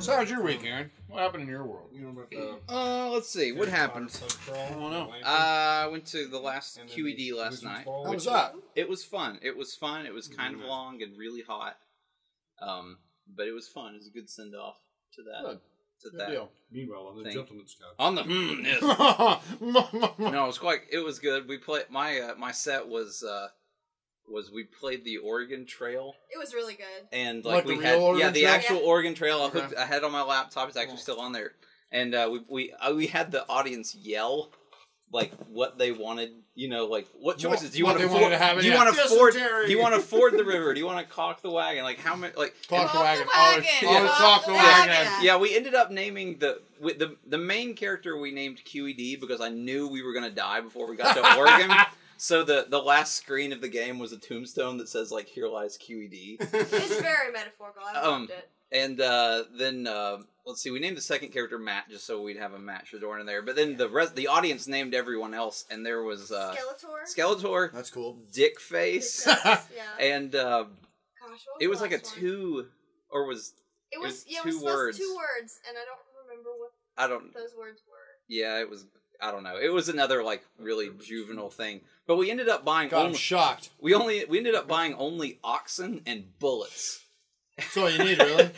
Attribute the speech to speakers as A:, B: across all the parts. A: So how's your week, Aaron? What happened in your world? You know about
B: Um,
A: the
C: Uh, let's see. What happened?
A: I don't know.
C: Uh, I went to the last QED last night.
A: How was that?
C: It was fun. It was fun. It was kind of
A: Mhm.
C: long and really hot. Um, but it was fun. It was a good send off to that.
A: Good.
C: To
A: Good
C: that.
A: deal.
B: Meanwhile, on the
C: Thank-
B: gentleman's couch.
C: On the hmm, yes.
A: no.
C: no, it was quite. It was good. We played my uh, my set was uh was we played the Oregon Trail
D: It was really good.
C: and
A: Like
C: like,
A: the
C: we
A: real
C: had yeah
A: Oregon
C: the
A: Trail? Uh-huh.
C: actual Oregon Trail. I,
A: Okay.
C: hooked, I had on my laptop. It's actually
A: Cool.
C: still on there, and uh, we we uh, we had the audience yell like what they wanted. You know, like what
A: What-
C: choices do you
A: what
C: want
A: they
C: to
A: wanted
C: afford?
A: to have,
C: do you
A: yeah.
C: want to afford?
A: Dysentery.
C: Do you want to ford the river? Do you want to cock the wagon? Like how many? Like
A: Clock the
D: Clock
A: wagon.
D: the
A: Always,
D: wagon.
A: always
D: Yeah.
A: clock the
D: Yeah.
A: wagon.
C: yeah, we ended up naming the with the the main character we named QED because I knew we were gonna die before we got to Oregon. So the the last screen of the game was a tombstone that says like "Here lies E QED,"
D: It's very metaphorical. I
C: Um,
D: loved it.
C: and uh, then uh, let's see, we named the second character Matt just so we'd have a Matt Shadorn in there. But then the rest the audience named everyone else, and there was uh,
D: Skeletor.
C: Skeletor,
A: That's cool.
C: Dick
D: His
C: Face,
D: face, yeah.
C: and uh,
D: Gosh, what was
C: it was
D: the
C: like a
D: last one?
C: two or was
D: It
C: was
D: was yeah.
C: two
D: it was supposed
C: words.
D: two words, and I don't remember what
C: I don't
D: those words were.
C: Yeah, it was. I don't know. It was another like really juvenile thing. But we ended up buying.
A: God, I'm
C: only-
A: shocked.
C: we only we ended up buying only oxen and bullets.
A: That's all you need, really.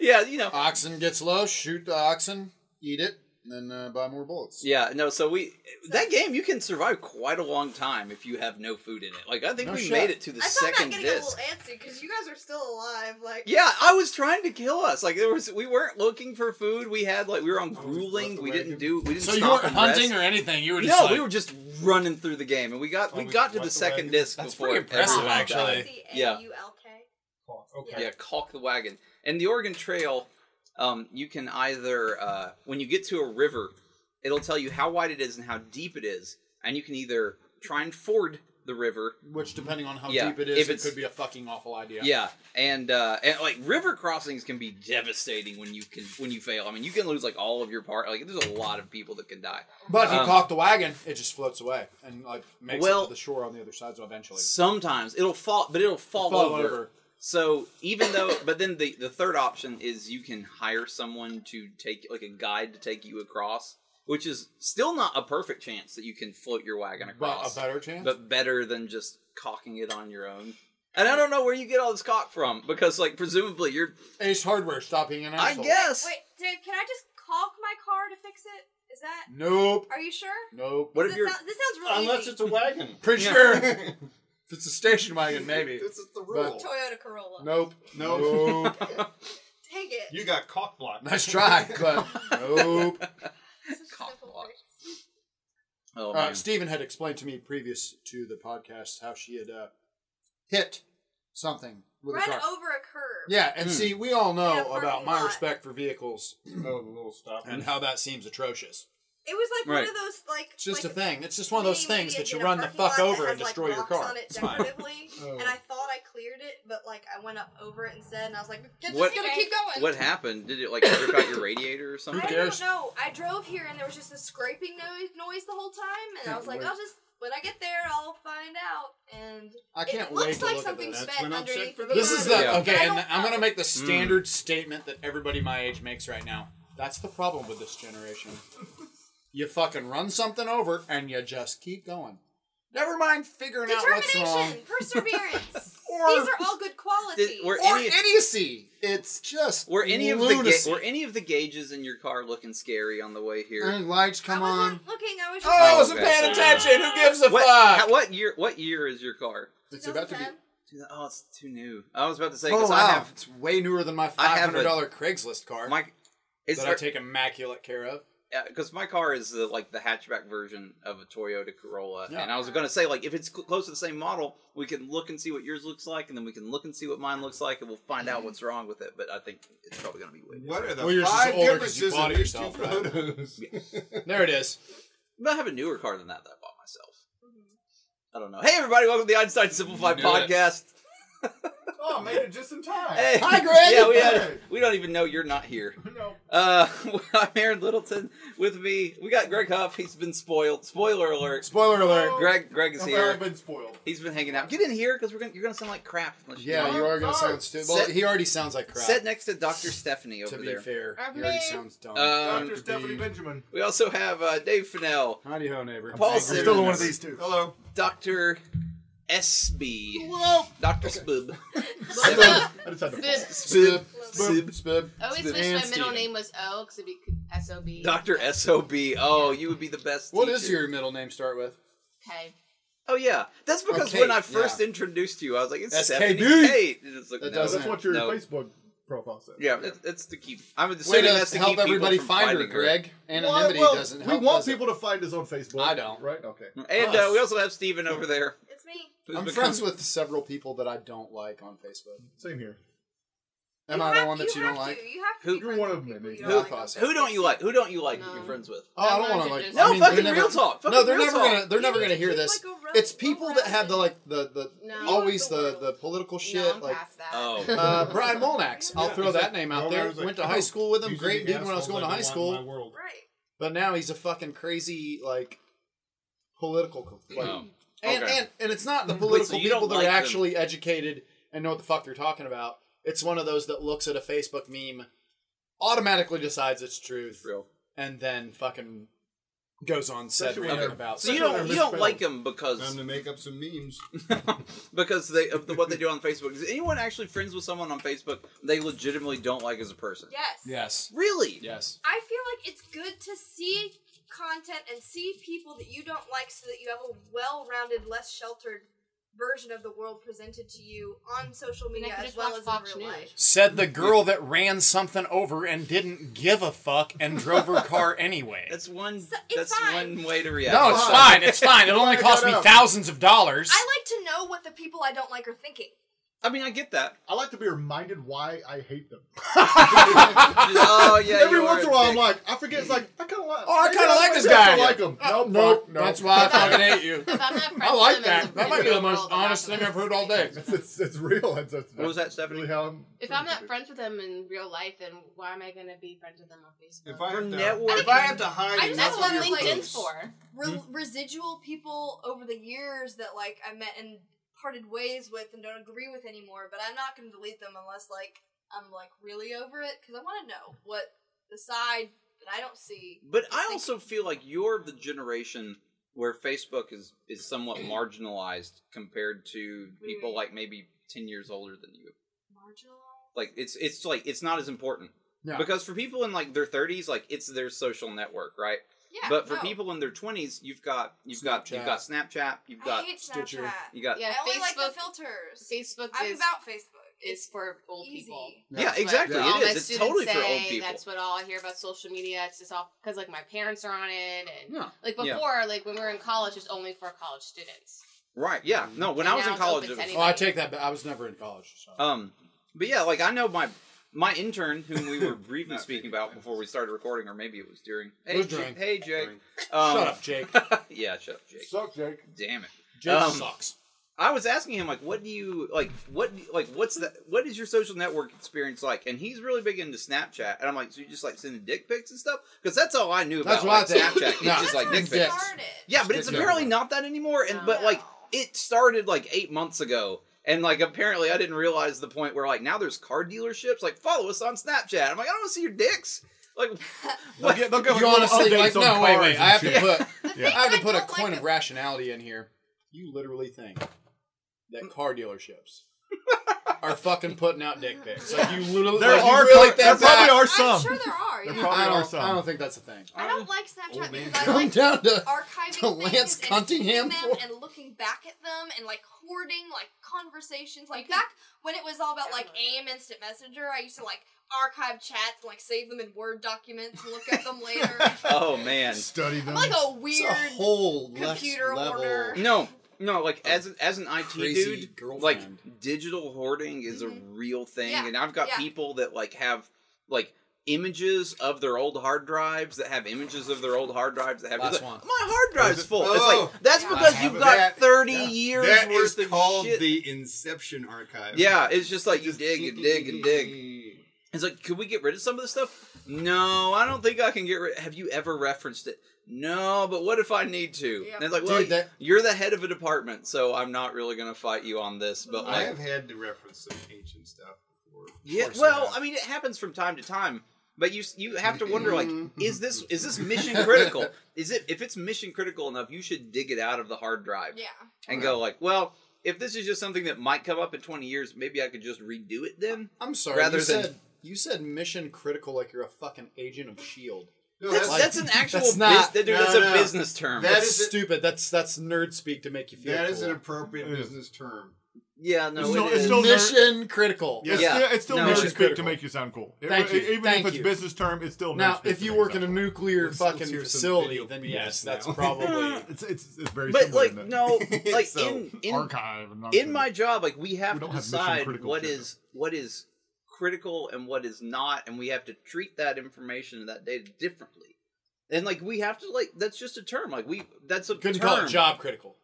C: yeah, you know.
A: Oxen gets low. Shoot the oxen. Eat it. And then uh, buy more bullets.
C: Yeah, no. So we that game you can survive quite a long time if you have no food in it. Like I think
A: No
C: we
A: shit.
C: made it to the
D: I thought about
C: second
D: getting
C: disc.
D: a little antsy because you guys are still alive. Like
C: Yeah, I was trying to kill us. Like there was, we weren't looking for food. We had like we were on
B: Oh, we
C: grueling.
B: left
C: We
B: the
C: didn't
B: wagon.
C: do. We didn't.
A: So you
C: stop
A: weren't
C: and rest.
A: hunting or anything. You were just
C: No,
A: like,
C: we were just running through the game, and we got
B: Oh,
C: we
B: we
C: got to
B: left
C: the
B: the
C: second
B: wagon.
C: disc
A: That's
C: before
A: pretty impressive,
C: everyone died.
A: actually.
C: Yeah.
D: C-A-U-L-K.
B: Clock. Okay.
C: Yeah, caulk the wagon. And the Oregon Trail, um, you can either uh, when you get to a river, it'll tell you how wide it is and how deep it is, and you can either try and ford the river.
A: which depending on how
C: Yeah,
A: deep it
C: if
A: is, it
C: it's-
A: could be a fucking awful idea.
C: Yeah, and uh, and like river crossings can be devastating when you can when you fail. I mean, you can lose like all of your part. Like, there's a lot of people that can die.
A: But if you
C: Um,
A: cock the wagon, it just floats away and like makes
C: Well-
A: it to the shore on the other side. So eventually,
C: Sometimes it'll fall, but it'll fall,
A: Fall
C: over. So even though, but then the the third option is you can hire someone to take like a guide to take you across, which is still not a perfect chance that you can float your wagon
A: but a
C: across,
A: better chance.
C: but better than just cocking it on your own. And I don't know where you get all this cock from because, like, presumably you're.
A: Ace Hardware stop being an
C: I
A: asshole.
C: guess.
D: Wait, Dave, can I just caulk my car to fix it? Is that?
A: Nope.
D: Are you sure?
A: Nope.
C: What
D: Does
C: if
D: it
C: you're?
D: sound- this sounds really
B: Unless
D: easy.
B: it's a wagon.
A: Pretty
C: Yeah.
A: sure. if it's a station wagon, maybe.
B: This is the rule.
D: Toyota Corolla.
A: Nope.
B: Nope.
D: Take it.
B: You got cock blocked.
A: nice try, but nope.
D: Such a
C: Cock
D: simple
C: block.
D: fix.
C: Oh,
A: Uh,
C: man.
A: Stephen had explained to me previous to the podcast how she had uh, hit something with
D: Run
A: a car.
D: over a curb.
A: Yeah, and
C: Hmm.
A: see, we all know
D: Yeah, parking
A: about my
D: lot.
A: respect for vehicles
B: Oh, the little stop.
A: and how that seems atrocious.
D: It was like
C: Right.
D: one of those like.
A: It's just
D: like
A: a thing. It's just one of those
D: mini
A: things that
D: median
A: you
D: in a
A: run the
D: parking lot
A: fuck
D: that
A: over
D: has,
A: and destroy
D: like,
A: your
D: rocks
A: car.
D: On it
C: fine.
D: decoratively,
B: Oh.
D: and I thought I cleared it, but like I went up over it instead, and I was like, "It's
C: What-
D: just gonna keep going."
C: what happened? Did it like rip out your radiator or something?
D: I
A: cares?
D: don't know. I drove here, and there was just a scraping noise, noise the whole time, and I was like, "I'll just when I get there, I'll find out." And
A: I can't
D: it
A: wait
D: looks
A: to
D: like
A: look at
D: something
A: this.
B: That's
D: spent
B: when I'm
D: underneath.
B: sick for
D: the
B: the
A: This
B: Yeah.
A: is
D: body.
A: the
C: Yeah. Mm.
A: okay,
D: I
A: and
D: don't
A: I'm gonna
D: know.
A: make the standard statement that everybody my age makes right now. That's the problem with this generation. You fucking run something over and you just keep going. Never mind figuring out what's wrong
D: Determination, perseverance.
A: Or-
D: These are all good qualities.
C: Did- were
A: or
C: any-
A: idiocy. It's just
C: Were any of the
A: lunacy.
C: ga- were any of the gauges in your car looking scary on the way here?
A: And lights
D: I
A: come on.
D: wasn't looking. I was just.
A: Oh, I
C: was
A: wasn't
C: okay.
A: paying attention. Who gives a
C: what,
A: fuck?
C: how- what year? What year is your car?
A: it's about to be.
D: 2010?
C: Oh, it's too new. I was about to say
A: Oh
C: because
A: wow,
C: I have
A: it's way newer than my
C: I
A: five
C: have a-
A: hundred dollar Craigslist car
C: my is
A: that I take immaculate care of.
C: because my car is the, like the hatchback version of a Toyota Corolla,
A: Yeah.
C: and I was going to say like if it's cl- close to the same model, we can look and see what yours looks like, and then we can look and see what mine looks like, and we'll find out what's wrong with it. But I think it's probably going to be way.
B: What are the
A: Well, yours is
B: five
A: older 'cause
B: differences
A: you
B: in
A: bought it
B: these
A: yourself,
B: two
A: right?
B: photos?
A: There it is.
C: But I have a newer car than that that I bought myself.
D: Mhm.
C: I don't know. Hey everybody, welcome to the Einstein Simplified
A: You knew it.
C: podcast.
B: oh, I made it just in time.
C: Hey,
A: Hi, Greg.
C: Yeah, we had. We don't even know you're not here.
B: No.
C: Uh, I'm Aaron Littleton. With me, we got Greg Huff. He's been spoiled. Spoiler alert.
A: Spoiler alert.
C: Greg, Greg is
B: I've
C: here.
B: been spoiled.
C: He's been hanging out. Get in here because we're gonna, you're gonna sound like crap. unless you
A: Yeah,
C: come.
A: you are gonna
B: Oh,
A: sound stupid. Well,
C: sit-
A: he already sounds like crap.
C: Sit next to Dr. Stephanie over
A: to be
C: there.
A: fair,
E: I'm
A: he already
E: me.
A: sounds dumb.
C: Um,
B: Dr. Stephanie Benjamin.
C: We also have uh, Dave Fennell,
A: Howdy ho, neighbor.
C: Paul
A: I'm
C: Simmons.
A: still one of these.
F: two.
B: Hello.
C: Dr. SB,
A: Whoa!
C: Dr. Spoob.
E: Spib.
B: I just had to.
E: Spib.
A: Spib,
C: Spib.
A: spib, spib.
E: I always
A: Spib.
E: wish my
A: And
E: middle
A: Steven.
E: name was O because it'd be S O B.
C: Dr. SOB. Oh, you would be the best.
A: What is
C: teacher.
A: your middle name start with?
E: Okay.
C: Oh, yeah. That's because
A: Okay,
C: when I first
A: yeah.
C: introduced you, I was like, it's
A: SKB.
C: Stephanie Kate. And it's like,
A: That
C: no.
A: doesn't-
F: That's what your
C: No.
F: Facebook profile says.
C: Yeah, that's, that's to keep. I'm
A: Way
C: assuming
A: to
C: that's to
A: help
C: keep people
A: everybody
C: from
A: find her,
C: finding
A: Greg.
F: Well,
A: Anonymity
F: well,
A: doesn't
F: we
A: help.
F: want
A: does it?
F: people to find us on Facebook.
A: I don't.
F: Right? Okay.
C: And uh,
A: Us.
C: we also have Steven over there.
D: It's me.
C: who's
A: Ah. I'm
C: become-
A: friends with several people that I don't like on Facebook.
F: Same here.
A: Am
D: you
A: I
D: have,
A: the one that you,
D: have
A: don't like?
D: To. You have to.
C: Who-
D: be
F: You're
D: friends
F: one
D: with
F: of
D: people
F: them,
D: you
A: Who?
D: don't like.
A: Thoughts.
C: Who don't you like? Who don't you like that you're
E: No.
C: friends with?
A: Oh, I don't
E: I'm
A: want to
E: allergic
A: like.
E: to
C: No,
A: I mean,
C: fucking
A: they're never,
C: real talk. Fucking
A: No, they're
C: real
A: never
C: talk.
A: gonna. They're
D: You
A: never
D: need
A: gonna
D: to
A: hear
D: keep,
A: this.
D: like, a rough-
A: It's people that have the like the the
E: No.
A: always
D: You
A: the
D: want the
A: the political
E: no,
A: shit
E: I'm
A: like.
E: past that.
C: Oh.
A: Uh, Brian Molnax, I'll
B: Yeah,
A: throw
B: he's
A: that
B: like-
A: name out
B: Well, I
A: there.
B: was like,
A: Went to
B: oh,
A: high school with him.
B: Usually
A: Great
B: the
A: dude when I was
B: assholes
A: going to
B: I
A: high
B: don't want
A: school.
B: in my world.
D: Right.
A: But now he's a fucking crazy like political. co- Like,
C: Oh.
A: and,
C: Okay.
A: and and it's not the
C: so
A: political
C: you
A: people
C: don't
A: that
C: like
A: are
C: them.
A: actually educated and know what the fuck they're talking about. It's one of those that looks at a Facebook meme, automatically decides it's truth,
C: Real.
A: and then fucking goes on said
F: Especially when
A: rant
F: they're-
A: about.
C: So you
F: Second
C: don't
F: or
C: you don't
F: misspelled.
C: like them
B: Time
C: because
B: to make up some memes.
C: because they of the, what they do on Facebook. Is anyone actually friends with someone on Facebook they legitimately don't like as a person?
D: Yes.
A: yes,
C: Really?
A: yes.
D: I feel like it's good to see content and see people that you don't like so that you have a well rounded, less sheltered version of the world presented to you on social
E: I
D: media
E: could
D: as
E: just
D: well
E: watch
D: as
E: Fox
D: in real
E: News.
D: life.
A: Said the girl that ran something over and didn't give a fuck and drove her car anyway.
C: That's one
D: So- it's
C: that's
D: fine.
C: one way to react.
A: No, it's fine. It's fine. It only
F: Fine,
A: cost me
F: shut up.
A: thousands of dollars.
D: I like to know what the people I don't like are thinking.
C: I mean, I get that.
F: I like to be reminded why I hate them.
C: oh yeah.
F: Every
C: you
F: once
C: are
F: in a while, I'm
C: dick.
F: like, I forget. It's like I kind of like.
A: Oh, I
F: maybe
A: kinda like
F: I
A: this
F: guess I
A: guy.
F: like him. No,
A: Nope,
F: nope, no.
A: that's why I fucking hate you.
E: If I'm not friends
A: I
E: with
A: like
E: them in
A: that.
E: the
A: That might be the
E: real
A: most
E: world, I'm not
A: honest
E: gonna
A: thing I've
E: like
A: heard
E: them.
A: all day.
F: It's, it's, it's real. It's, it's,
C: What was that, Stephanie?
F: Really how I'm-
E: If I'm not friends with them in real life, then why am I gonna be friends with them on Facebook?
B: If I
C: For
B: have to,
C: network-
B: if I have to hide,
D: I just
B: enough
E: That's
B: of
E: what
B: your
E: LinkedIn's
B: posts-
E: for.
D: Re- Residual people over the years that like I met and parted ways with and don't agree with anymore, but I'm not going to delete them unless like I'm like really over it because I want to know what the side that I don't see.
C: But I also feel like you're the generation where Facebook is is somewhat marginalized compared to
D: do you
C: people
E: Mm.
D: mean?
C: like maybe ten years older than you.
D: Marginalized.
C: Like it's it's like it's not as important
A: No.
C: because for people in like their 30s, like it's their social network, right?
D: Yeah.
C: but for
D: no.
C: people in their 20s, you've got you've got you've
A: Snapchat.
C: got Snapchat, you've
D: I
C: got
D: hate
A: Stitcher.
D: Snapchat.
C: you got yeah,
E: Yeah,
D: I only like
E: Facebook.
D: the filters.
E: Facebook
D: I'm
E: is
D: about Facebook.
E: is for old
D: easy.
E: people.
A: Yeah.
E: That's what
C: exactly.
A: Yeah.
E: all my
C: It is. It's
E: students
C: totally for old
E: say.
C: people.
E: That's what all I hear about social media. It's just all because like my parents are on it, and
A: Yeah.
E: like
C: Yeah.
E: before, like when we were in college, it's only for college students.
C: Right. Yeah. No. When
E: Mm. And
C: I was
E: now
C: in
E: it's
C: college,
E: open
C: it
E: to
C: was
A: Oh, I take that back. I was never in college. So.
C: Um, but yeah, like I know my my intern, whom we were briefly
B: Not
C: speaking
B: really.
C: about before we started recording, or maybe it was during. Hey,
A: It was
C: J-
A: during.
C: hey Jake.
B: During.
C: Um,
A: Shut up, Jake.
C: yeah, shut up, Jake.
F: Suck, Jake.
C: Damn it.
A: Jake
C: Um,
A: sucks.
C: I was asking him like, what do you like? What do you- like? What's that? What is your social network experience like? And he's really big into Snapchat. And I'm like, so you just like sending dick pics and stuff? Because that's all I knew about
A: That's what I
C: like,
A: did.
C: Snapchat. It's
A: No.
C: just like dick
A: That's
C: pics.
A: what I
D: Started.
C: Yeah, but
A: It's
C: it's
A: good
C: apparently
A: government.
C: not that anymore. And
E: No.
C: but like it started like eight months ago. And like apparently I didn't realize the point where like now there's car dealerships. Like follow us on Snapchat. I'm like, I don't want to see your dicks. Like
F: They'll get, they'll give
A: You
F: us little
A: honestly
F: updates
A: like
F: on
A: no? Wait,
F: cars
A: wait.
F: and
A: I have to
F: shit.
A: put.
D: The thing
A: I have to put a
D: don't like
A: coin of
D: ab-
A: rationality in here. You literally think that car dealerships are fucking putting out dick pics? Like you literally,
F: There
A: like, you
F: are
A: really
F: pro-
A: think
F: there
A: that-
F: probably are
D: I'm
F: some.
D: sure there are.
F: There
D: yeah.
F: probably
A: I
F: are
A: don't,
F: some.
A: I don't think that's a thing.
D: I don't like Snapchat
B: Old man.
D: because I
A: Come
D: like
A: down to
D: archiving
A: to
D: things
A: Lance
D: and
A: Cunningham
D: keeping
A: for-
D: them and looking back at them and like hoarding like conversations. Like
E: You can-
D: back when it was all about like
E: Download
D: AIM Instant Messenger, I used to like archive chats and like save them in Word documents and look at them later.
C: oh man.
F: Study
D: I'm
F: them.
D: like a
A: it's
D: weird.
A: a whole
D: computer
A: level.
D: order.
C: No, no, like as an as an IT
A: Crazy
C: dude,
A: girlfriend.
C: like digital hoarding is a
D: Mhm.
C: real thing,
D: Yeah,
C: and I've got
D: yeah.
C: people that like have like images of their old hard drives that have images of their old hard drives that have
A: Last
C: like,
A: one.
C: my hard drive's full. It's
B: Oh.
C: like that's
D: Yeah.
C: because
A: I
C: you've
A: have
C: got
B: that.
C: thirty
F: Yeah.
C: years
B: That
C: worth
B: is
C: of
B: called
C: shit.
B: the Inception Archive.
C: yeah, it's just like you
B: Just
C: dig and dig and dig. It's like, could we get rid of some of this stuff? No, I don't think I can get rid. Have you ever referenced it? No, but what if I need to?
D: Yeah.
C: And it's like, well,
A: Dude, that
C: you're the head of a department, so I'm not really gonna fight you on this. But
B: I
C: like,
B: have had to reference some ancient stuff before.
C: yeah,
A: course you
C: well,
A: have.
C: I mean, it happens from time to time. But you s- you have to wonder like,
A: Mm-hmm.
C: is this is this mission critical? Is it if it's mission critical enough, you should dig it out of the hard drive
D: Yeah.
C: and go like, well, if this is just something that might come up in 20 years, maybe I could just redo it then.
A: I'm sorry.
C: Rather
A: you
C: than-
A: said you said mission critical like you're a fucking agent of Shield.
B: No,
C: That's,
A: like-
C: that's an actual
A: that's
C: bus-
A: not-
C: dude,
B: no,
C: that's a
B: no.
C: business term.
B: That
A: That's
B: is a-
A: stupid. That's that's nerd speak to make you feel.
B: that
A: cool.
B: is an appropriate business term.
C: yeah, no,
F: It's
C: it
F: still- it's
C: is.
F: still-
A: mission critical.
F: It's
C: Yeah.
F: still, it's still
C: No,
F: nerd
C: it's
F: speak
A: critical.
F: to make you sound cool. It-
A: Thank you.
F: it- Even
A: Thank
F: if it's
A: you.
F: business term, it's still nerd
A: Now,
F: speak
A: if
F: to
A: you
F: make
A: work in
F: sound
A: a
F: cool.
A: nuclear
B: Let's- let's
A: fucking
B: hear some
A: facility,
B: video
A: then
B: BS
A: yes, that's
B: now.
A: probably.
F: it's it's it's very
C: but
F: similar
C: like
F: in the
C: no, like
B: So,
C: in in
F: archive. And
C: in my job, like we have
F: We
C: to
F: don't have mission
C: decide
F: critical
C: what
F: shit.
C: is what is critical and what is not, and we have to treat that information and that data differently. And like we have to like that's just a term. Like we that's a
A: Couldn't
C: term.
A: call it job critical.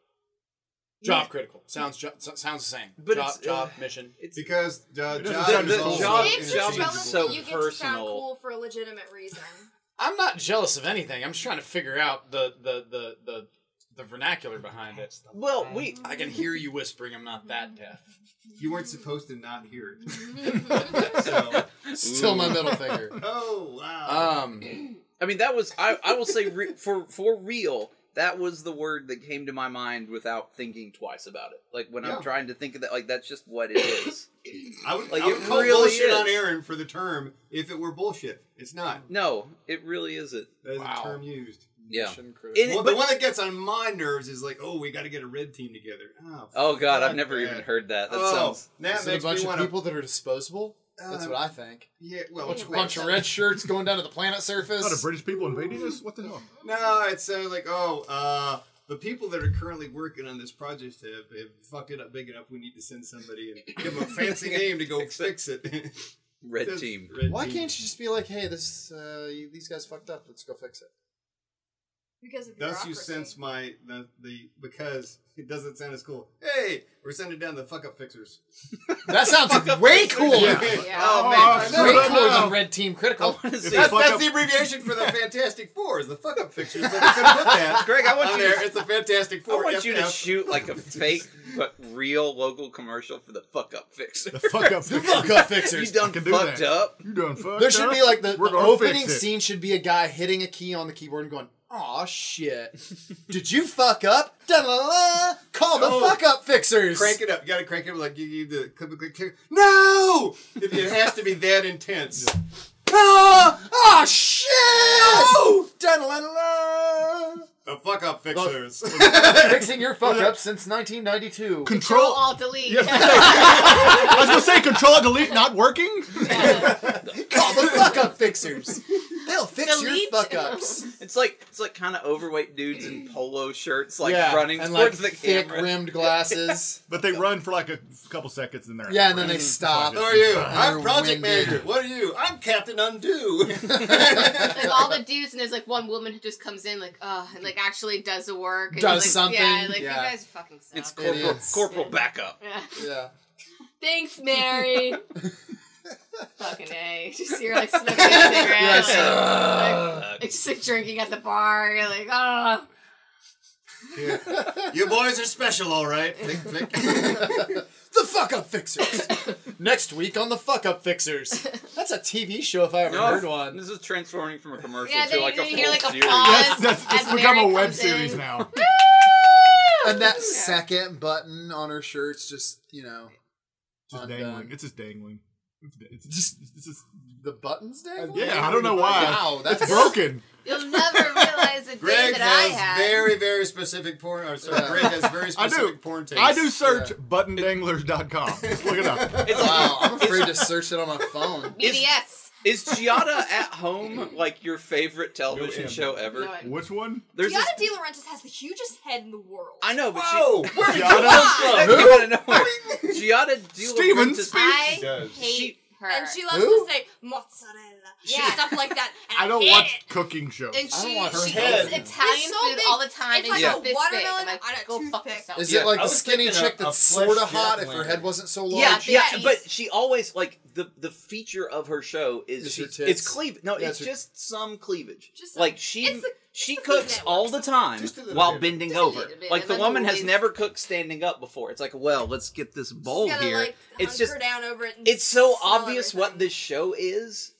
A: Job
C: Yeah.
A: critical sounds jo- so- sounds the same.
C: But
A: job
C: it's,
A: job
C: uh,
A: mission.
C: It's,
B: Because the
F: It doesn't
B: job,
F: sound
B: is
F: as
B: also
F: cool.
C: Job-
D: It's
C: job
D: just
C: is
D: relevant
C: so
D: that you get to sound
C: personal.
D: cool for a legitimate reason.
A: I'm not jealous of anything. I'm just trying to figure out the the the the, the vernacular behind it.
C: well, we
A: I can hear you whispering. I'm not that deaf.
B: you weren't supposed to not hear it. so,
A: Still my middle finger.
B: oh wow.
A: Um,
C: I mean, that was I. I will say re- for for real, that was the word that came to my mind without thinking twice about it. Like when
B: Yeah.
C: I'm trying to think of that, like that's just what it is.
B: I would,
C: like,
B: I would
C: it
B: call
C: really
B: bullshit
C: is.
B: on Aaron for the term if it were bullshit. It's not.
C: no, it really isn't.
B: That is
A: Wow.
B: a term used.
C: Yeah.
A: mission critical.
C: It-
B: Well,
C: but-
B: the one that gets on my nerves is like, oh, we got to get a red team together. Oh,
C: Oh God, I've
B: fuck
C: never
B: that.
C: even heard that. That
B: oh,
C: sounds.
B: that
A: Is it a
B: makes
A: bunch
B: me
A: of
B: want to.
A: people that are disposable? That's
B: Um,
A: what I think.
B: Yeah, well,
A: bunch,
B: it's
A: bunch of red shirts going down to the planet surface.
F: not a British people invading us. What the hell?
B: No, it's uh, like, oh, uh, the people that are currently working on this project have, have fucked it up big enough. We need to send somebody and give them a fancy name to go fix it.
C: Red
B: Just
C: team.
B: red
A: Why
B: team.
A: can't you just be like, hey, this uh, you, these guys fucked up. Let's go fix it.
D: Because of
B: Thus, you
D: bureaucracy.
B: sense my the, the because it doesn't sound as cool. Hey, we're sending down the fuck up fixers.
A: That sounds way cooler.
E: Yeah.
C: Oh,
F: Oh,
C: man,
F: I
A: Way
F: know.
C: Great.
F: Right
A: cooler
F: now.
A: than Red Team
C: I
A: Critical.
C: want to see.
B: That's,
F: fuck
B: that's
F: up-
B: the abbreviation for the Fantastic Four is the fuck up fixers. But they couldn't put that.
C: Greg, I want
B: on
C: you to-
B: there. It's the Fantastic
C: I
B: Four.
C: want you to
B: FF.
C: shoot like a fake but real local commercial for the fuck up fixer.
F: The fuck up.
A: The Oh, fuck up
C: You
A: fixers.
C: done
F: can do
C: fucked
F: that.
C: up.
F: You done fucked
A: There should
F: up?
A: be like the,
F: We're
A: the
F: gonna fix
A: opening
F: it.
A: scene should be a guy hitting a key on the keyboard and going, "Aw shit, did you fuck up? Da-la-la. Call the
B: Oh.
A: fuck up fixers."
B: Crank it up. You gotta crank it up like you give the click, click, click, click. No! It, it has to be that intense.
A: Ah! Oh shit! Da-la-la-la.
B: The fuck up fixers.
A: Fixing your fuck up since 1992.
E: Control
F: Control.
E: Alt Delete.
F: Yes, I was gonna say control delete not working.
A: Call the fuck up fixers. They'll fix your
E: Delete.
A: fuck ups.
C: It's like it's like kind of overweight dudes in polo shirts, like
A: yeah,
C: running
A: and like
C: towards the
A: thick
C: camera.
A: rimmed glasses.
F: But they run for like a couple seconds and they're
A: Yeah, and then they
C: Mm-hmm.
A: stop.
B: Who are you?
A: You're
B: I'm project
A: winded.
B: manager. What are you? I'm Captain Undo.
E: like all the dudes, and there's like one woman who just comes in, like, uh, and like actually does the work, and
A: Does
E: like,
A: something,
E: Yeah, like
A: yeah.
E: you guys fucking suck.
C: It's corporal,
A: Idiots.
C: corporal backup.
E: Yeah.
A: yeah.
E: Thanks, Mary. fucking a. Just you're like smoking a cigarette,
A: Yes.
E: like,
C: Uh,
E: like, just like drinking at the bar. You're like, oh,
B: you boys are special, all right. Click, click.
A: The fuck up fixers. Next week on the fuck up fixers. That's a TV show if I ever
C: no,
A: heard one.
C: This is transforming from a commercial
E: yeah.
C: to
E: Then
C: like
E: you
C: a full
E: hear like
C: series.
E: applause.
F: That's, that's,
E: as
F: it's become a
E: Mary
F: web
E: comes
F: series
E: in.
F: now.
A: And that
E: Yeah.
A: second button on her shirt's just you know
F: It's just
A: Undone.
F: dangling. It's just dangling. It's, it's just, it's just,
A: the buttons dangling.
F: yeah, I don't know why.
A: Wow, that's
F: it's broken.
E: You'll never realize the day
B: Greg
E: that I
B: has
E: had.
B: very, very specific porn. Or sorry,
A: Yeah.
B: Greg has very
F: I do.
B: specific porn tastes.
F: I do search buttondanglers.com. Just look it up.
C: It's like,
A: Wow, I'm afraid to search it on my phone.
E: BDS.
C: is Giada at home like your favorite television
B: No,
C: show ever?
E: No, I-
F: Which one?
C: There's
D: Gianna
C: this,
D: De Laurentiis has the hugest head in the world.
C: I know, but
B: Whoa!
C: she.
B: Where
F: Giada?
C: That
A: Who?
C: came out of nowhere. Giada De
F: Steven
C: Laurentiis-
F: Spielberg.
E: I
B: does.
E: hate
C: She-
E: her.
D: And she loves
A: Who?
D: to say mozzarella.
E: Yeah.
D: Yeah. Stuff like that. And I,
F: I don't
D: hate
F: watch
D: it.
F: cooking shows.
E: And
A: I don't
E: she,
A: want her
E: she
A: head.
E: eats Italian
D: It's so
E: food
D: big.
E: all the time.
D: It's
E: and
D: like
E: she's
D: a
E: this big.
D: watermelon
E: I'm like,
D: on a
E: go fuck
D: toothpick.
E: yourself.
A: Is
C: Yeah.
A: it like
B: I
A: the
B: was
A: skinny
B: thinking a-
A: chick
B: a
A: that's
B: flesh
A: sort of hot if her
B: Gatling.
A: head wasn't so large?
C: Yeah,
E: big
C: yeah,
E: titties.
C: but she always like the the feature of her show is
A: Is
C: she,
A: her tits.
C: it's cleavage. No,
A: Yeah, it's
C: it's
A: her-
C: just some cleavage.
D: Just some-
C: like she
D: it's the-
C: she
D: the Food
C: cooks
D: Network.
C: all the time
B: Just a little
C: while
B: bit.
C: bending
E: Just a
C: over.
E: little bit,
C: Like
E: and
C: the
E: then
C: woman
E: the
C: has
E: waist.
C: never cooked standing up before. It's like, well, let's get this bowl
D: She's gotta,
C: here.
D: like,
C: it's just
D: hunker down over it. And
C: it's so
D: smell
C: obvious what
D: everything.
C: this show is.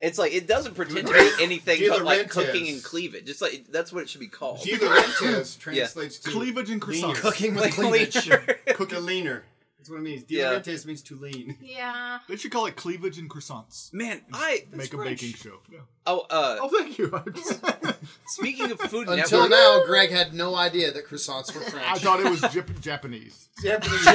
C: It's like it doesn't pretend to be anything
B: Dear
C: but like
B: Laurentiis.
C: cooking and cleavage. It's like that's what it should be called.
B: Gila Lentes translates to
F: Cleavage and
B: leaner.
F: croissants.
A: Cooking with
C: Like,
A: cleavage.
C: later.
B: Cook a leaner. That's what it means. Gila
C: Yeah.
B: Lentes means to lean.
E: Yeah.
F: They should call it cleavage and croissants.
C: Man, I
F: Make a
C: French.
F: baking show. Yeah.
C: Oh, uh,
F: Oh, thank you. I just-
C: speaking of food
A: Until
C: network,
A: now, Greg had no idea that croissants were
F: I
A: French.
F: thought it was Jap- Japanese.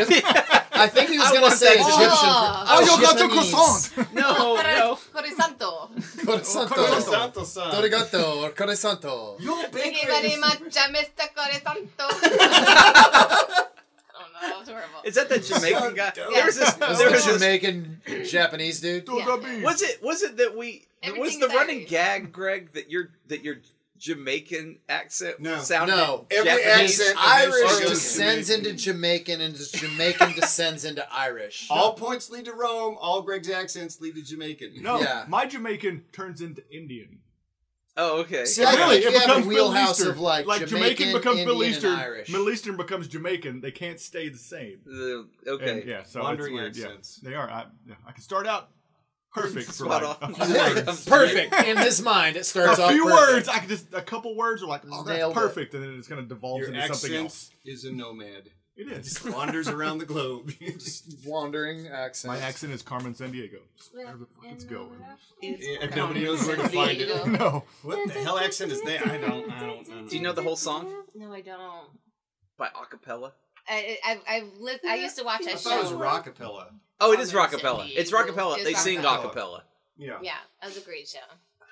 A: I think he was
C: I
A: going to
C: want
A: say
C: that
A: Egyptian.
E: too.
A: for-
E: Oh,
F: you got the
A: Japanese.
F: croissant.
C: no, no.
E: Corisanto.
A: Corisanto. Torigato or Corisanto.
B: Your
E: Thank you very
B: bakery
E: much, Mr. Corisanto. I don't know. Oh, That was horrible.
C: Is that the Jamaican guy?
B: dumb.
C: There was this.
A: That's
C: There
A: the
C: was this.
A: Jamaican Japanese dude.
F: Do
E: Yeah.
F: the beef.
C: Was it? Was it that we? was
E: Everything
C: the
E: is
C: running
E: Irish.
C: gag, Greg, that your that your Jamaican accent
B: No.
C: sounded
A: No.
B: Every
C: Japanese?
B: accent-
A: Irish
B: Jamaican.
A: descends into Jamaican and just Jamaican descends into Irish.
B: All points lead to Rome. All Greg's accents lead to Jamaican.
F: No,
A: Yeah.
F: my Jamaican turns into Indian.
C: Oh, okay.
A: See, I feel
F: really,
A: like
F: it
A: you have a
F: becomes Middle
A: wheelhouse
F: Eastern.
A: of, like, Jamaican,
F: becomes Middle
A: Indian, and
F: Eastern.
A: Irish.
F: Middle Eastern becomes Jamaican. They can't stay the same.
C: The- okay.
F: And, yeah, so
B: Wandering
F: it's weird. yeah.
B: accents.
F: they are. I, yeah, I can start out perfect for
C: Spot
F: like,
C: on.
F: a few words.
A: Perfect. In his mind, it starts
F: a
A: off
F: few
A: perfect.
F: words. I can just a couple words are like, oh, that's
A: Nailed it.
F: perfect, and then it's gonna devolve
B: Your
F: into something else.
B: accent is a nomad.
F: It is.
B: Just wanders around the globe.
A: Wandering accent.
F: My accent is Carmen San Diego. Where the fuck
D: And
F: it's going?
B: and nobody knows where to find it.
F: No.
B: What the hell accent is that? I don't. I don't know.
C: Do you know the whole song
E: No, I don't.
C: by acapella?
E: I I I, I've li- I used to watch
B: I
E: that show.
B: thought it was rockapella.
C: Oh, it is
E: Carmen San
C: rockapella. It's
E: Diego.
C: rockapella.
E: It's
C: They sing
E: rockapella.
C: acapella.
B: Yeah.
E: Yeah, that was a great show.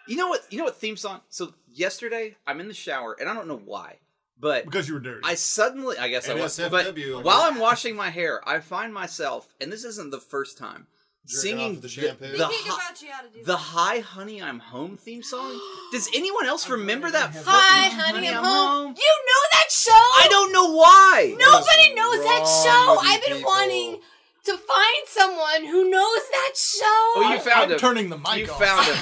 C: You know what? You know what theme song? So yesterday, I'm in the shower, and I don't know why, but
F: Because you were dirty.
C: I suddenly, I guess I was, but
B: NSFW.
C: while I'm washing my hair, I find myself, and this isn't the first time,
A: Jerking
C: singing
A: off the
C: the
A: shampoo.
C: the,
D: Thinking
C: hi-
D: about you ought to do
C: the
D: that.
C: "Hi Honey I'm Home" theme song. Does anyone else remember that?
B: have
C: fucking
E: Hi, honey, I'm home. You know that show?
C: I don't know why.
E: Nobody knows that
A: wrong
E: show.
A: with you
E: I've been
A: people?
E: wanting to find someone who knows that show.
C: Oh, you found
F: I'm
C: him.
F: turning the mic
C: you
F: off.
C: found him.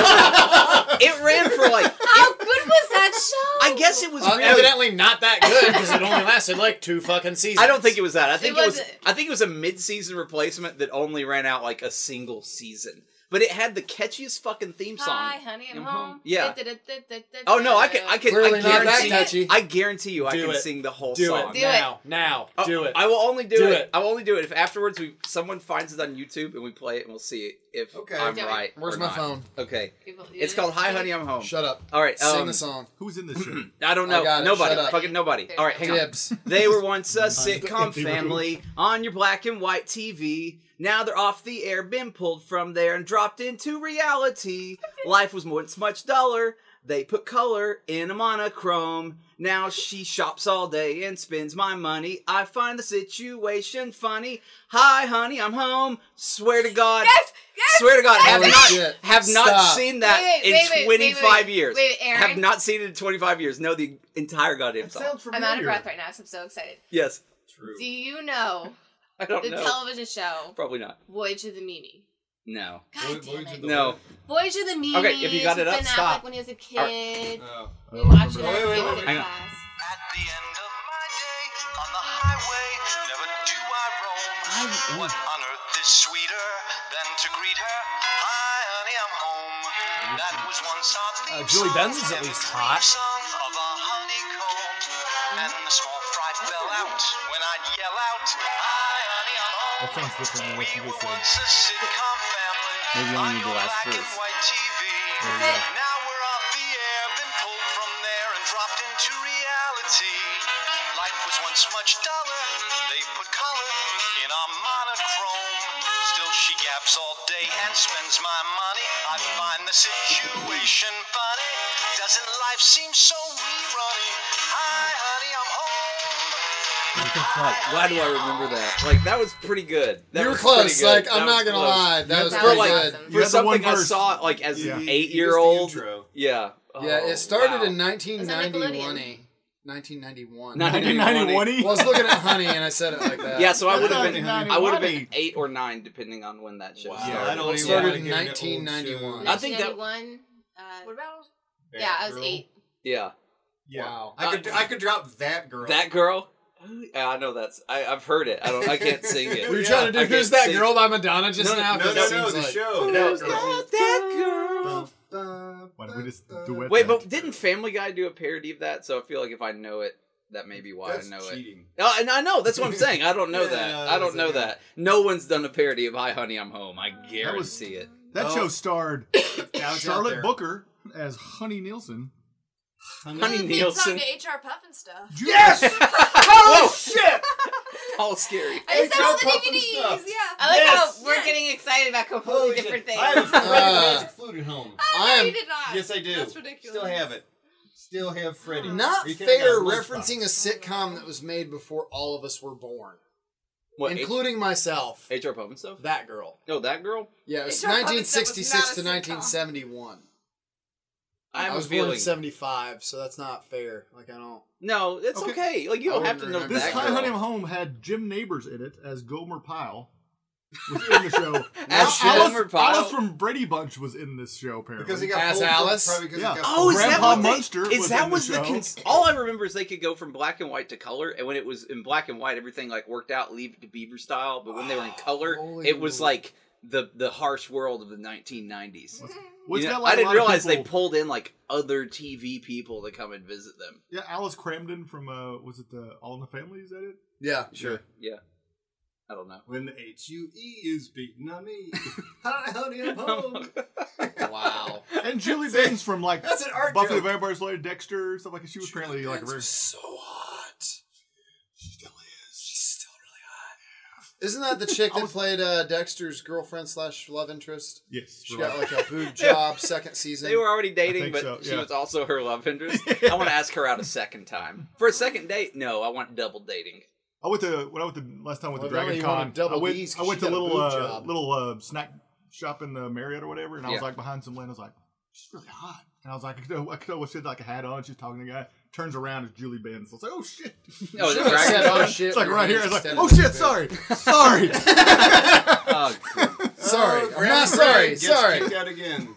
C: it ran for like.
E: How good was that show?
C: I guess it was.
A: Well,
C: evident-
A: Oh, evidently not that good because it only lasted like two fucking seasons.
C: I don't think it was that. I think it, was.
E: wasn't.
C: I think it was a mid-season replacement that only ran out like a single season. But it had the catchiest fucking theme song.
E: Hi, honey, I'm,
C: I'm
E: home.
C: home. Yeah. Oh no, I can. I can.
A: Clearly not
C: I
A: that
C: guarantee.
A: catchy.
C: I guarantee you, I
A: Do
C: can
A: it.
C: sing the whole
A: Do
C: song.
A: it
E: Do
A: now. Now,
C: Oh,
A: do it.
C: I will only do,
A: Do
C: it.
A: it.
C: I will only do it if afterwards we someone finds it on YouTube and we play it and we'll see if
B: Okay.
C: I'm
E: Do it.
C: right.
A: Where's
C: or
A: my
C: not.
A: phone?
C: Okay.
E: People-
C: It's called Hi Honey I'm Home.
A: Shut up.
C: All right.
A: Sing
C: Um,
A: the song.
F: Who's in this show?
C: I don't
A: I
C: know.
A: got it.
C: nobody.
A: Shut up.
C: Fucking nobody.
E: There's
C: All right,
E: no
C: hang on.
A: Dibs.
C: They were once a
F: Sometimes
C: sitcom
F: they were.
C: family on your black and white TV. Now they're off the air, been pulled from there and dropped into reality. Life was once much duller. They put color in a monochrome. Now she shops all day and spends my money. I find the situation funny. Hi, honey, I'm home. Swear to God.
E: Yes, yes,
C: Swear to God, have
A: Holy
C: not
A: shit.
C: have not
A: Stop.
C: seen that
E: Wait, wait,
C: in
E: wait, wait, wait, wait,
C: 25
E: wait.
C: years.
E: Wait, Aaron?
C: Have not seen it in 25 years. No, the entire goddamn
B: That
C: song.
B: sounds
E: I'm
B: familiar.
E: out of breath right now because I'm so excited.
C: Yes.
B: True.
E: Do you know
C: I don't
E: the
C: know.
E: television show
C: Probably not.
E: Voyage of the Mimi?
C: No.
B: Voy-
E: God damn
B: Voyage of
E: it.
B: the-
C: No.
E: Voyage of the Mimi.
C: Okay, if you got it up,
E: Ben
C: stop.
E: Affleck when he was
C: All
E: a kid.
B: Oh.
E: We watched it
B: that. Wait, wait,
F: remember
E: on yoga
B: wait,
C: wait.
E: class.
G: At the end of my day, on the highway, never do I roam. What on earth is sweeter than to greet her? Hi, honey, I'm home. That was once our
A: Uh,
G: theme
A: Julie
G: song,
A: Benz is at least
G: every
A: hot. Mm-hmm.
G: song of our honeycomb. And the small fry fell out when I'd yell out, Hi, honey, I'm home.
F: That sounds different than what
G: we
F: you
G: were
F: just said.
G: once a sitcom family.
C: Maybe only
G: on
C: the
G: your
C: last
G: black and
C: verse.
G: white TV.
E: That's it.
G: Now we're off the air, been pulled from there and dropped into reality. Life was once much duller, they put color in our monochrome. Still, she gaps all day and spends my money. I find the situation funny. Doesn't life seem so rerunny? Hi, honey, I'm home.
C: What the fuck? Why do I remember that? Like that was pretty good. That
A: you were
C: was pretty
A: close.
C: good.
A: Like
C: That
A: I'm
C: was
A: not gonna
C: close.
A: lie, that
E: You
A: was
E: had
A: pretty
E: the one
A: good.
E: awesome.
C: For
F: You had the one
C: something I
F: verse.
C: saw it, like as
F: Yeah.
C: an
F: He-
C: eight
B: Just
C: year
B: the
C: old.
B: intro.
C: Yeah. Oh,
A: Yeah, it started in
E: Nickelodeon?
A: 1991. 1991.
C: Nin-
F: 1991.
A: well, I was looking at Honey and I said it like that.
C: Yeah, so I would have
F: That's
C: been
F: not
C: I would have been
F: 91.
C: eight or nine depending on when that show
B: Wow,
C: started.
B: I don't even
A: Started
B: wanna
A: in
B: get into old
A: 1991.
C: I
B: shows.
C: think that-
E: 1991,
D: What
E: uh,
D: about
E: yeah, I was
B: Batgirl.
E: eight.
C: Yeah.
B: Yeah.
A: Wow.
B: I could I could drop that girl.
C: That girl? Yeah, I know that's I, I've heard it. I don't I can't sing it.
A: Were you
B: Yeah,
A: trying to do
C: I
A: Who's That
C: can't sing.
A: Girl by Madonna just
C: No, no,
A: now?
B: No, no,
A: 'Cause
B: no,
A: that seems
B: the
A: like-
B: show.
C: Who's
B: That girl.
C: that, that girl?
F: Why don't we just duet
C: Wait,
F: that?
C: but didn't Family Guy do a parody of that? So I feel like if I know it, that may be why
B: That's
C: I know it.
B: cheating.
C: Oh, and I know that's what I'm saying. I don't know
B: Yeah,
C: that.
B: no,
C: I don't
B: that's
C: know
B: okay.
C: that. No one's done a parody of "Hi, Honey, I'm Home." I guarantee
F: was-
C: it.
F: That
B: Oh.
F: show starred
B: Now it's out
F: Charlotte
B: there.
F: Booker as Honey Nielsen.
C: Honey
D: Really theme
C: Nielsen.
D: song to HR Puff and stuff.
F: Yes!
C: oh shit! All scary.
D: I used to have all the
B: HR Puff and
D: DVDs.
B: stuff.
D: Yeah.
E: I like
D: Yes!
E: how we're getting excited about completely
B: Holy
E: different
B: shit.
E: things.
B: I have a friend
A: Uh,
B: magic flute at home.
A: I
D: No, you
A: am
D: did not.
B: Yes, I do.
D: Ah, That's ridiculous.
B: Still have it. Still have Freddy.
A: not
B: Or you can't
A: fair
B: have a lunchbox.
A: referencing a sitcom that was made before all of us were born,
C: What?
A: including myself.
C: H- HR Puff and stuff.
A: that girl.
C: No, that girl.
A: Yeah, it was
D: HR Puff and Stuff was
A: 1966 to
D: not a sitcom.
A: 1971.
C: I have
A: I
C: a
A: was born
C: feeling.
A: in 75, so that's not fair. Like I don't.
C: No, it's okay.
F: Okay.
C: Like you
A: I
C: don't have to
A: wouldn't
C: know
A: remember
F: This
C: that
A: that.
F: Hi
C: girl.
F: Honey I'm Home had Jim Neighbors in it as Gomer Pyle. Was in the show.
C: As
F: Al- Alice,
C: Gomer Pyle?
F: Alice from Brady Bunch was in this show apparently.
B: Because he got
A: As
B: pulled from-
A: Alice?
B: Probably because
F: Yeah.
B: he got
C: Oh, is
B: pulled
C: that
B: from-
F: Grandpa
C: what they-
F: Munster
C: is
F: was
C: that
F: in the
C: was the,
F: show.
C: cons- all I remember is they could go from black and white to color, and when it was in black and white, everything like worked out, Leave It to Beaver style. But when they were in color,
A: Holy
C: it was
A: Lord.
C: like the the harsh world of the 1990s.
F: Well, it's
C: You know,
F: got, like,
C: I
F: a
C: didn't
F: lot of
C: realize they
F: people-
C: pulled in like other TV people to come and visit them.
F: Yeah, Alice Cramden from uh, was it the All in the Family? Is that it?
A: Yeah,
C: Yeah. I don't know.
B: When the H U E is beating on me. Hi, honey,
A: Oh,
B: I'm home.
A: Wow.
F: And Julie Benz from like
B: That's an art
F: Buffy the
B: joke.
F: Vampire Slayer, Dexter, stuff like that. She was apparently like a very
A: so hot. She still is. She's still really hot. Isn't that the chick that played uh, Dexter's girlfriend slash love interest?
F: yes.
A: She
F: right.
A: got like a boob job second season.
C: They were already dating,
F: think
C: but
F: so,
C: she
F: yeah.
C: was also her love interest. I want to ask her out a second time for a second date. No, I want double dating.
F: I went to when I went to last time with
A: Well,
F: the Dragon
A: apparently you wanted
F: Con.
A: double
F: I went,
A: D's 'cause
F: I went
A: she
F: to
A: got a
F: little
A: boob
F: uh,
A: job.
F: little uh, snack shop in the Marriott or whatever, and I was
C: Yeah.
F: like behind some land. I was like, she's really hot, and I was like, I could tell, I could tell what she had like a hat on. She's talking to the guy. Turns around, it's Julie Benz. I was like, oh shit.
C: No,
A: She
C: the
A: would've
C: Dragon
A: said,
C: Con-
A: "Oh shit."
F: It's like
A: your
F: right here.
A: hands
F: It's like,
A: extended
F: oh
A: to the
F: shit,
A: boob."
F: sorry, sorry.
C: Oh, God.
A: Sorry.
B: Oh,
A: I'm not
B: Grandpa
A: sorry.
B: gets
A: Sorry.
B: kicked out again.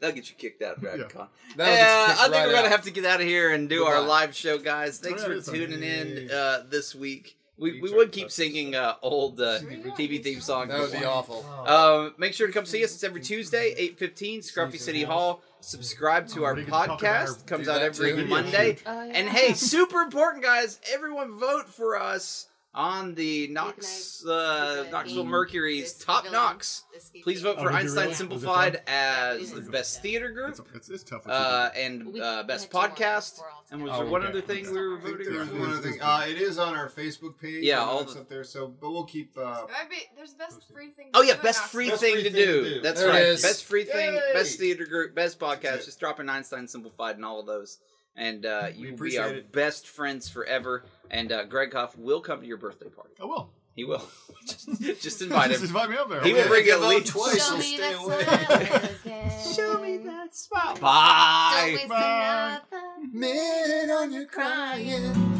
C: That'll get you kicked out of Dragon
F: Yeah.
C: Con.
A: That'll get you
C: Yeah,
A: kicked
C: I think
A: right
C: we're gonna
A: out.
C: have to get out of here and do our
A: Goodbye.
C: live show, guys. Thanks for
F: Alright, it's
C: tuning in
B: okay.
C: uh, this week. We, we
B: Future
C: would keep
B: episodes.
C: singing uh, old uh, TV theme songs.
A: That would be
C: but-
A: awful.
B: Oh.
A: Uh,
C: Um, make sure to come see us. It's every Tuesday, eight fifteen, Scruffy City Hall. Subscribe to our
F: Oh, We can talk about our-
C: podcast. Comes
A: do
C: out
A: that
C: every
A: too.
C: Monday.
E: Oh, yeah.
C: And hey, super important, guys! Everyone vote for us on the Knox uh,
E: Midnight.
C: Knoxville
E: Game.
C: Mercury's
E: This
C: Top
E: villain,
C: Knocks.
E: this
C: Please vote
F: Oh,
C: for
F: did you
C: Einstein
F: really? Was it
C: Simplified
F: fun?
C: as
E: Yeah,
C: the
E: it was.
C: best theater group
F: it's, it's, it's tough.
C: uh,
E: We
C: and
E: can
C: uh,
E: do
C: best
E: two more
C: podcast.
E: before all it's
C: And
E: done.
C: was
F: Oh,
C: there one
F: okay.
C: other thing we were
E: I think
C: voting
B: There's
C: for?
B: one other thing. Uh, it is on our Facebook page.
C: Yeah,
B: I know
C: all
B: it's
C: the-
B: up there. So, but we'll keep. Uh,
D: It might be- There's best free thing.
C: Oh
D: to
C: yeah,
D: do at
C: best
D: Knoxville.
C: free
B: Best
C: thing,
B: free
C: to,
B: thing
C: do.
B: to do.
C: That's
A: There it
C: right.
A: is.
C: Best free thing,
B: Yay.
C: best theater group, best podcast.
B: That's it.
C: Just drop in Einstein Simplified and all of those, and uh,
B: We
C: you will be
B: appreciate
C: our
B: it.
C: best friends forever. And uh, Greg Huff will come to your birthday party.
F: I will.
C: He will. just, just invite
F: Oh, Just
C: him.
F: invite me up there.
C: He will
B: yeah,
C: bring
B: if you
C: at
B: vote
C: least-
B: twice.
E: Show
B: you'll
E: me
B: stay
E: that
B: away.
E: smile again.
C: Show me that smile.
E: Don't
C: Bye.
E: waste
F: Bye.
E: another
A: Minute on your crying.